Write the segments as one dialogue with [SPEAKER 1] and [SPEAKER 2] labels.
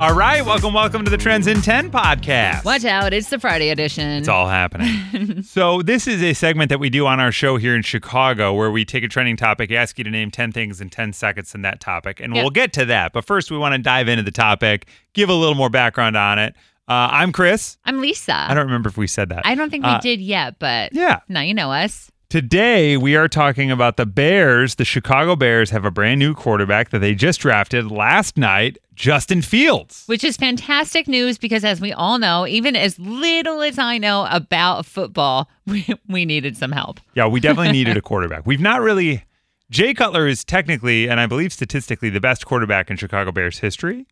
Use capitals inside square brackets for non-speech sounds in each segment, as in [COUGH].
[SPEAKER 1] All right, welcome, welcome to the Trends in 10 podcast.
[SPEAKER 2] Watch out, it's the Friday edition.
[SPEAKER 1] It's all
[SPEAKER 2] [LAUGHS]
[SPEAKER 1] happening. so, this is a segment that we do on our show here in Chicago where we take a trending topic, ask you to name 10 things in 10 seconds in that topic, and
[SPEAKER 2] Yeah.
[SPEAKER 1] we'll get to that. But first, we want to dive into the topic, give a little more background on it. Uh, I'm Chris.
[SPEAKER 2] I'm Lisa.
[SPEAKER 1] I don't remember if we said that.
[SPEAKER 2] I don't think we
[SPEAKER 1] Uh,
[SPEAKER 2] did yet, but
[SPEAKER 1] Yeah.
[SPEAKER 2] now you know us.
[SPEAKER 1] Today, we are talking about the Bears. The Chicago Bears have a brand new quarterback that they just drafted last night, Justin Fields.
[SPEAKER 2] Which is fantastic news because, as we all know, even as little as I know about football, [LAUGHS] we, we needed some help.
[SPEAKER 1] Yeah, we definitely needed
[SPEAKER 2] [LAUGHS]
[SPEAKER 1] a quarterback. We've not really. Jay Cutler is technically, and I believe statistically, the best quarterback in Chicago Bears history.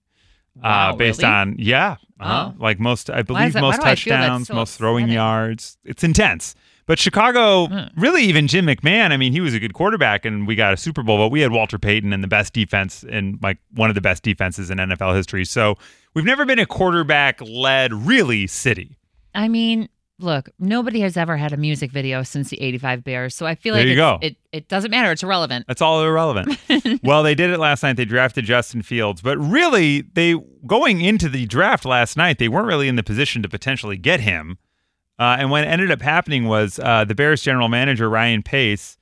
[SPEAKER 1] uh,
[SPEAKER 2] Wow,
[SPEAKER 1] based
[SPEAKER 2] really?
[SPEAKER 1] on yeah, uh-huh.
[SPEAKER 2] Oh.
[SPEAKER 1] like most, I believe
[SPEAKER 2] is that- why
[SPEAKER 1] most
[SPEAKER 2] do I feel that's
[SPEAKER 1] touchdowns,
[SPEAKER 2] so
[SPEAKER 1] most throwing
[SPEAKER 2] upsetting? Hmm.
[SPEAKER 1] yards. It's intense. But Chicago, really, even Jim McMahon. I mean, he was a good quarterback, and we got a Super Bowl. But we had Walter Payton and the best defense, and like one of the best defenses in NFL history. So we've never been a quarterback-led really city.
[SPEAKER 2] I mean, look, nobody has ever had a music video since the 85 Bears, so I feel
[SPEAKER 1] There
[SPEAKER 2] like
[SPEAKER 1] you
[SPEAKER 2] it's-
[SPEAKER 1] go.
[SPEAKER 2] It, it doesn't matter. It's irrelevant.
[SPEAKER 1] That's all irrelevant. well, they did it last night. They drafted Justin Fields, but really, they going into the draft last night, they weren't really in the position to potentially get him. Uh, and what ended up happening was uh, the Bears general manager Ryan Pace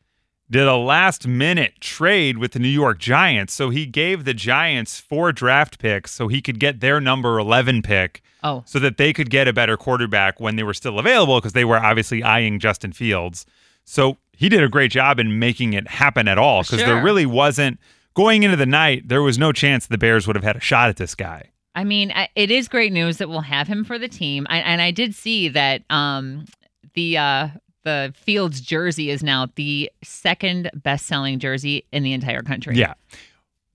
[SPEAKER 1] did a last minute trade with the New York Giants, so he gave the Giants four draft picks so he could get their number eleven pick.
[SPEAKER 2] Oh,
[SPEAKER 1] So that they could get a better quarterback when they were still available because they were obviously eyeing Justin Fields. So he did a great job in making it happen at all because there
[SPEAKER 2] Sure.
[SPEAKER 1] really wasn't going into the night, there was no chance the Bears would have had a shot at this guy.
[SPEAKER 2] I mean, I, it is great news that we'll have him for the team. I, and I did see that um, the uh, the Fields jersey is now the second best selling jersey in the entire country.
[SPEAKER 1] Yeah.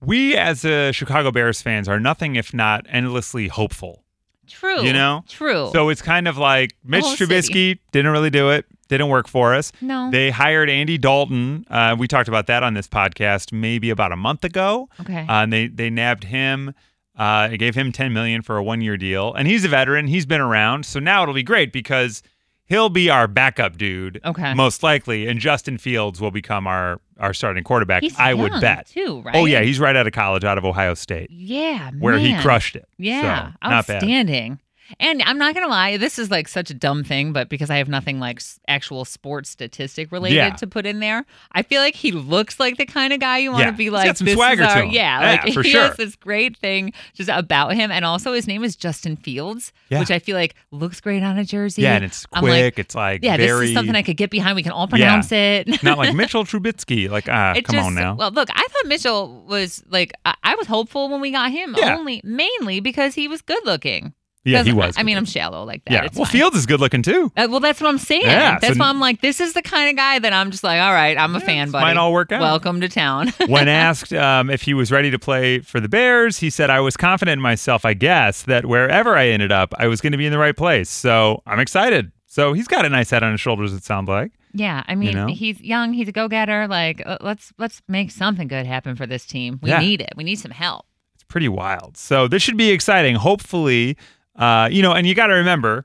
[SPEAKER 1] We as a Chicago Bears fans are nothing if not endlessly hopeful.
[SPEAKER 2] True.
[SPEAKER 1] You know?
[SPEAKER 2] True.
[SPEAKER 1] So it's kind of like Mitch
[SPEAKER 2] Oh. whole Oh.
[SPEAKER 1] Trubisky didn't really do it, didn't work for us.
[SPEAKER 2] no.
[SPEAKER 1] They hired Andy Dalton. Uh, we talked about that on this podcast maybe about a month ago.
[SPEAKER 2] okay.
[SPEAKER 1] Uh, and they they nabbed him. Uh, it gave him 10 million for a one-year deal, and he's a veteran. He's been around, so now it'll be great because he'll be our backup dude,
[SPEAKER 2] Okay.
[SPEAKER 1] most likely, and Justin Fields will become our our starting quarterback.
[SPEAKER 2] He's
[SPEAKER 1] I would
[SPEAKER 2] young,
[SPEAKER 1] bet.
[SPEAKER 2] too. Right.
[SPEAKER 1] Oh yeah, he's right out of college, out of Ohio State,
[SPEAKER 2] yeah.
[SPEAKER 1] where he
[SPEAKER 2] man.
[SPEAKER 1] crushed it.
[SPEAKER 2] Yeah.
[SPEAKER 1] so, not bad.
[SPEAKER 2] outstanding. And I'm not gonna lie, this is like such a dumb thing, but because I have nothing like s- actual sports statistic related
[SPEAKER 1] Yeah.
[SPEAKER 2] to put in there, I feel like he looks like the kind of guy you want
[SPEAKER 1] Yeah.
[SPEAKER 2] to be
[SPEAKER 1] He's
[SPEAKER 2] like.
[SPEAKER 1] got some
[SPEAKER 2] this is
[SPEAKER 1] swagger to
[SPEAKER 2] our-
[SPEAKER 1] him.
[SPEAKER 2] Yeah,
[SPEAKER 1] Yeah,
[SPEAKER 2] like [LAUGHS]
[SPEAKER 1] for
[SPEAKER 2] he
[SPEAKER 1] sure.
[SPEAKER 2] has this great thing just about him, and also his name is Justin Fields,
[SPEAKER 1] Yeah.
[SPEAKER 2] which I feel like looks great on a jersey.
[SPEAKER 1] Yeah, and it's
[SPEAKER 2] I'm
[SPEAKER 1] quick.
[SPEAKER 2] like,
[SPEAKER 1] it's like
[SPEAKER 2] yeah,
[SPEAKER 1] very
[SPEAKER 2] this is something I could get behind. We can all pronounce it.
[SPEAKER 1] [LAUGHS] not like Mitchell Trubisky. Like ah,
[SPEAKER 2] [LAUGHS] It
[SPEAKER 1] come
[SPEAKER 2] just,
[SPEAKER 1] on now.
[SPEAKER 2] Well, look, I thought Mitchell was like I, I was hopeful when we got him
[SPEAKER 1] Yeah.
[SPEAKER 2] only mainly because he was good looking.
[SPEAKER 1] yeah, he
[SPEAKER 2] 'Cause,
[SPEAKER 1] was.
[SPEAKER 2] I, mean, I'm shallow like that.
[SPEAKER 1] yeah.
[SPEAKER 2] It's
[SPEAKER 1] Well,
[SPEAKER 2] fine.
[SPEAKER 1] Fields is good looking too.
[SPEAKER 2] Uh, well, that's what I'm saying.
[SPEAKER 1] Yeah,
[SPEAKER 2] that's
[SPEAKER 1] so-
[SPEAKER 2] why I'm like, this is the kind of guy that I'm just like, all right, I'm a fan,
[SPEAKER 1] this
[SPEAKER 2] buddy.
[SPEAKER 1] might all work out.
[SPEAKER 2] Welcome to town. [LAUGHS]
[SPEAKER 1] when asked um, if he was ready to play for the Bears, he said, I was confident in myself, I guess, that wherever I ended up, I was going to be in the right place. So I'm excited. So he's got a nice head on his shoulders, it sounds like.
[SPEAKER 2] yeah, I mean,
[SPEAKER 1] know?
[SPEAKER 2] he's young, he's a go-getter. Like, uh, let's let's make something good happen for this team. We
[SPEAKER 1] Yeah.
[SPEAKER 2] need it. We need some help.
[SPEAKER 1] It's pretty wild. So this should be exciting. Hopefully, uh, you know, and you got to remember,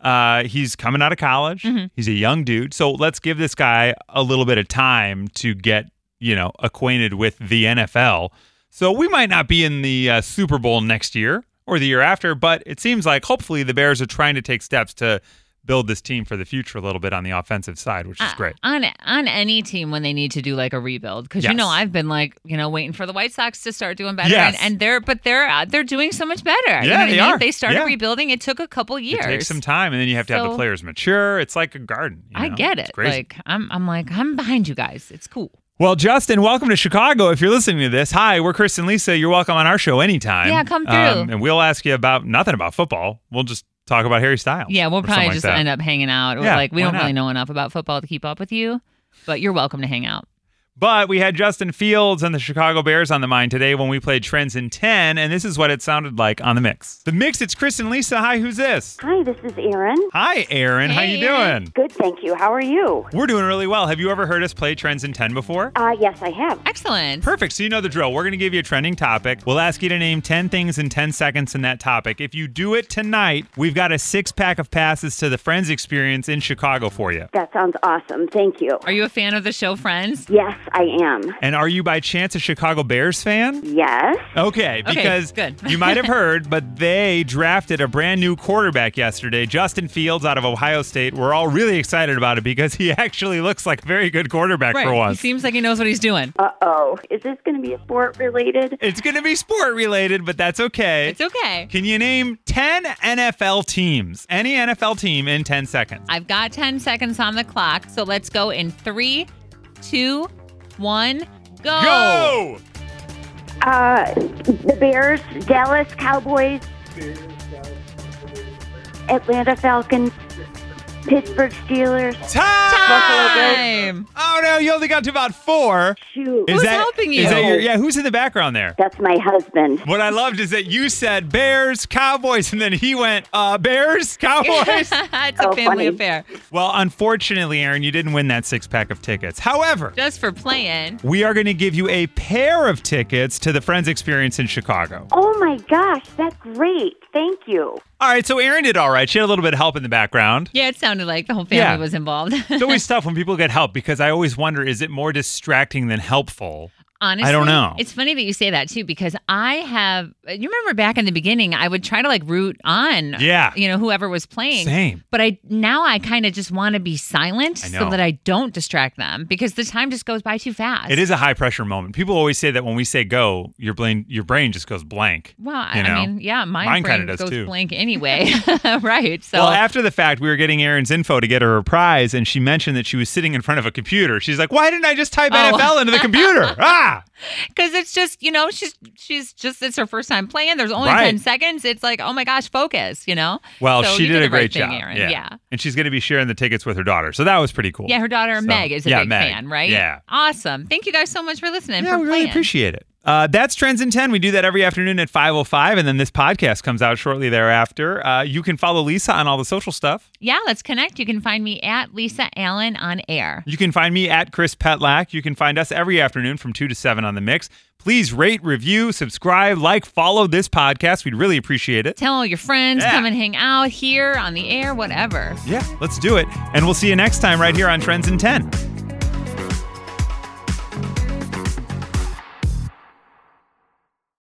[SPEAKER 1] uh, he's coming out of college.
[SPEAKER 2] Mm-hmm.
[SPEAKER 1] He's a young dude. So let's give this guy a little bit of time to get, you know, acquainted with the NFL. So we might not be in the uh, Super Bowl next year or the year after, but it seems like hopefully the Bears are trying to take steps to build this team for the future a little bit on the offensive side, which is
[SPEAKER 2] Uh,
[SPEAKER 1] great.
[SPEAKER 2] on on any team when they need to do like a rebuild because
[SPEAKER 1] Yes.
[SPEAKER 2] you know I've been like you know waiting for the White Sox to start doing better
[SPEAKER 1] Yes.
[SPEAKER 2] and, and they're but they're uh, they're doing so much better. you
[SPEAKER 1] Yeah,
[SPEAKER 2] know what
[SPEAKER 1] they
[SPEAKER 2] I mean?
[SPEAKER 1] are.
[SPEAKER 2] They started
[SPEAKER 1] Yeah.
[SPEAKER 2] rebuilding. It took a couple years.
[SPEAKER 1] It takes some time, and then you have to have the
[SPEAKER 2] So-
[SPEAKER 1] players mature. It's like a garden. you
[SPEAKER 2] I
[SPEAKER 1] know?
[SPEAKER 2] get
[SPEAKER 1] It's
[SPEAKER 2] it.
[SPEAKER 1] crazy.
[SPEAKER 2] Like I'm I'm like I'm behind you guys. It's cool.
[SPEAKER 1] Well, Justin, welcome to Chicago. If you're listening to this, hi, we're Chris and Lisa. You're welcome on our show anytime. Um,
[SPEAKER 2] Yeah, come through.
[SPEAKER 1] and we'll ask you about nothing about football. We'll just talk about Harry Styles.
[SPEAKER 2] Yeah, we'll
[SPEAKER 1] or
[SPEAKER 2] probably
[SPEAKER 1] something
[SPEAKER 2] just
[SPEAKER 1] like that.
[SPEAKER 2] end up hanging out. Or
[SPEAKER 1] Yeah,
[SPEAKER 2] like we
[SPEAKER 1] why
[SPEAKER 2] don't really
[SPEAKER 1] not?
[SPEAKER 2] know enough about football to keep up with you, but you're welcome to hang out.
[SPEAKER 1] But we had Justin Fields and the Chicago Bears on the mind today when we played Trends in 10, and this is what it sounded like on the mix. The mix, it's Chris and Lisa. Hi, who's this?
[SPEAKER 3] Hi, this is Erin.
[SPEAKER 1] Hi, Aaron. How
[SPEAKER 2] Hey,
[SPEAKER 1] you
[SPEAKER 2] Aaron.
[SPEAKER 1] doing?
[SPEAKER 3] Good, thank you. How are you?
[SPEAKER 1] We're doing really well. Have you ever heard us play Trends in 10 before?
[SPEAKER 3] Uh, yes, I have.
[SPEAKER 2] Excellent.
[SPEAKER 1] Perfect. So you know the drill. We're going to give you a trending topic. We'll ask you to name 10 things in 10 seconds in that topic. If you do it tonight, we've got a six pack of passes to the Friends Experience in Chicago for you.
[SPEAKER 3] That sounds awesome. Thank you.
[SPEAKER 2] Are you a fan of the show Friends?
[SPEAKER 3] Yes, I am.
[SPEAKER 1] And are you by chance a Chicago Bears fan?
[SPEAKER 3] Yes.
[SPEAKER 1] Okay,
[SPEAKER 2] Okay,
[SPEAKER 1] because
[SPEAKER 2] good.
[SPEAKER 1] you might
[SPEAKER 2] [LAUGHS]
[SPEAKER 1] have heard, but they drafted a brand new quarterback yesterday, Justin Fields out of Ohio State. We're all really excited about it because he [LAUGHS] actually looks like a very good quarterback
[SPEAKER 2] Right.
[SPEAKER 1] for
[SPEAKER 2] He
[SPEAKER 1] once.
[SPEAKER 2] seems like he knows what he's doing.
[SPEAKER 3] Uh oh. Is this going to be a sport related?
[SPEAKER 1] it's going to be sport related, but that's okay.
[SPEAKER 2] It's okay.
[SPEAKER 1] Can you name 10 NFL teams? Any NFL team in 10 seconds.
[SPEAKER 2] I've got 10 seconds on the clock, so let's go in three, two, one, go. Oh.
[SPEAKER 1] Go!
[SPEAKER 3] Uh, the Bears, Dallas Cowboys, Atlanta Falcons, Pittsburgh Steelers.
[SPEAKER 1] Time!
[SPEAKER 2] Time.
[SPEAKER 1] Oh no, you only got to about four.
[SPEAKER 3] Shoot.
[SPEAKER 2] Who's helping
[SPEAKER 1] is that
[SPEAKER 2] you?
[SPEAKER 1] your, yeah, who's in the background there?
[SPEAKER 3] That's my husband.
[SPEAKER 1] What I loved is that you said Bears, Cowboys, and then he went, uh, Bears, Cowboys.
[SPEAKER 2] [LAUGHS] [LAUGHS] it's a
[SPEAKER 3] Oh,
[SPEAKER 2] family
[SPEAKER 3] funny.
[SPEAKER 2] affair.
[SPEAKER 1] well, unfortunately, Aaron, you didn't win that six pack of tickets. However,
[SPEAKER 2] Just for playing.
[SPEAKER 1] we are going to give you a pair of tickets to the Friends Experience in Chicago.
[SPEAKER 3] Oh my gosh, that's great. Thank you.
[SPEAKER 1] All right, so Aaron did all right. She had a little bit of help in the background.
[SPEAKER 2] Yeah, it sounded like the whole family
[SPEAKER 1] Yeah.
[SPEAKER 2] was involved. [LAUGHS]
[SPEAKER 1] It's always tough when people get help because I always wonder is it more distracting than helpful?
[SPEAKER 2] Honestly,
[SPEAKER 1] know.
[SPEAKER 2] It's funny that you say that too because I have. You remember back in the beginning, I would try to like root on,
[SPEAKER 1] Yeah.
[SPEAKER 2] you know, whoever was playing.
[SPEAKER 1] Same.
[SPEAKER 2] But I now I kind of just want to be silent
[SPEAKER 1] I
[SPEAKER 2] so
[SPEAKER 1] know.
[SPEAKER 2] that I don't distract them because the time just goes by too fast.
[SPEAKER 1] It is a high pressure moment. People always say that when we say go, your brain your brain just goes blank.
[SPEAKER 2] Well, I-
[SPEAKER 1] you know?
[SPEAKER 2] I mean, yeah, my
[SPEAKER 1] Mine
[SPEAKER 2] brain
[SPEAKER 1] kinda does
[SPEAKER 2] goes
[SPEAKER 1] too. [LAUGHS]
[SPEAKER 2] blank anyway, [LAUGHS] right? So
[SPEAKER 1] well, after the fact, we were getting Aaron's info to get her a prize, and she mentioned that she was sitting in front of a computer. She's like, "Why didn't I just type
[SPEAKER 2] Oh.
[SPEAKER 1] NFL into the computer?"
[SPEAKER 2] [LAUGHS]
[SPEAKER 1] ah,
[SPEAKER 2] because it's just you know she's she's just it's her first time playing. There's only
[SPEAKER 1] Right.
[SPEAKER 2] ten seconds. It's like oh my gosh, focus, you know.
[SPEAKER 1] well,
[SPEAKER 2] So
[SPEAKER 1] she
[SPEAKER 2] you
[SPEAKER 1] did,
[SPEAKER 2] did
[SPEAKER 1] a
[SPEAKER 2] the right
[SPEAKER 1] great
[SPEAKER 2] thing,
[SPEAKER 1] job.
[SPEAKER 2] Aaron.
[SPEAKER 1] Yeah.
[SPEAKER 2] Yeah.
[SPEAKER 1] and she's going to be sharing the tickets with her daughter, so that was pretty cool.
[SPEAKER 2] Yeah, her daughter
[SPEAKER 1] So-
[SPEAKER 2] Meg is a
[SPEAKER 1] yeah,
[SPEAKER 2] big
[SPEAKER 1] Meg.
[SPEAKER 2] fan, right?
[SPEAKER 1] Yeah.
[SPEAKER 2] Awesome. Thank you guys so much for listening.
[SPEAKER 1] Yeah,
[SPEAKER 2] for
[SPEAKER 1] we really
[SPEAKER 2] playing.
[SPEAKER 1] appreciate it. Uh, that's Trends in 10. We do that every afternoon at 5.05, and then this podcast comes out shortly thereafter. Uh, you can follow Lisa on all the social stuff.
[SPEAKER 2] Yeah, let's connect. You can find me at Lisa Allen on air.
[SPEAKER 1] You can find me at Chris Petlack. You can find us every afternoon from 2 to 7 on The Mix. Please rate, review, subscribe, like, follow this podcast. We'd really appreciate it.
[SPEAKER 2] Tell all your friends,
[SPEAKER 1] Yeah.
[SPEAKER 2] come and hang out here on the air, whatever.
[SPEAKER 1] Yeah, let's do it. And we'll see you next time right here on Trends in 10.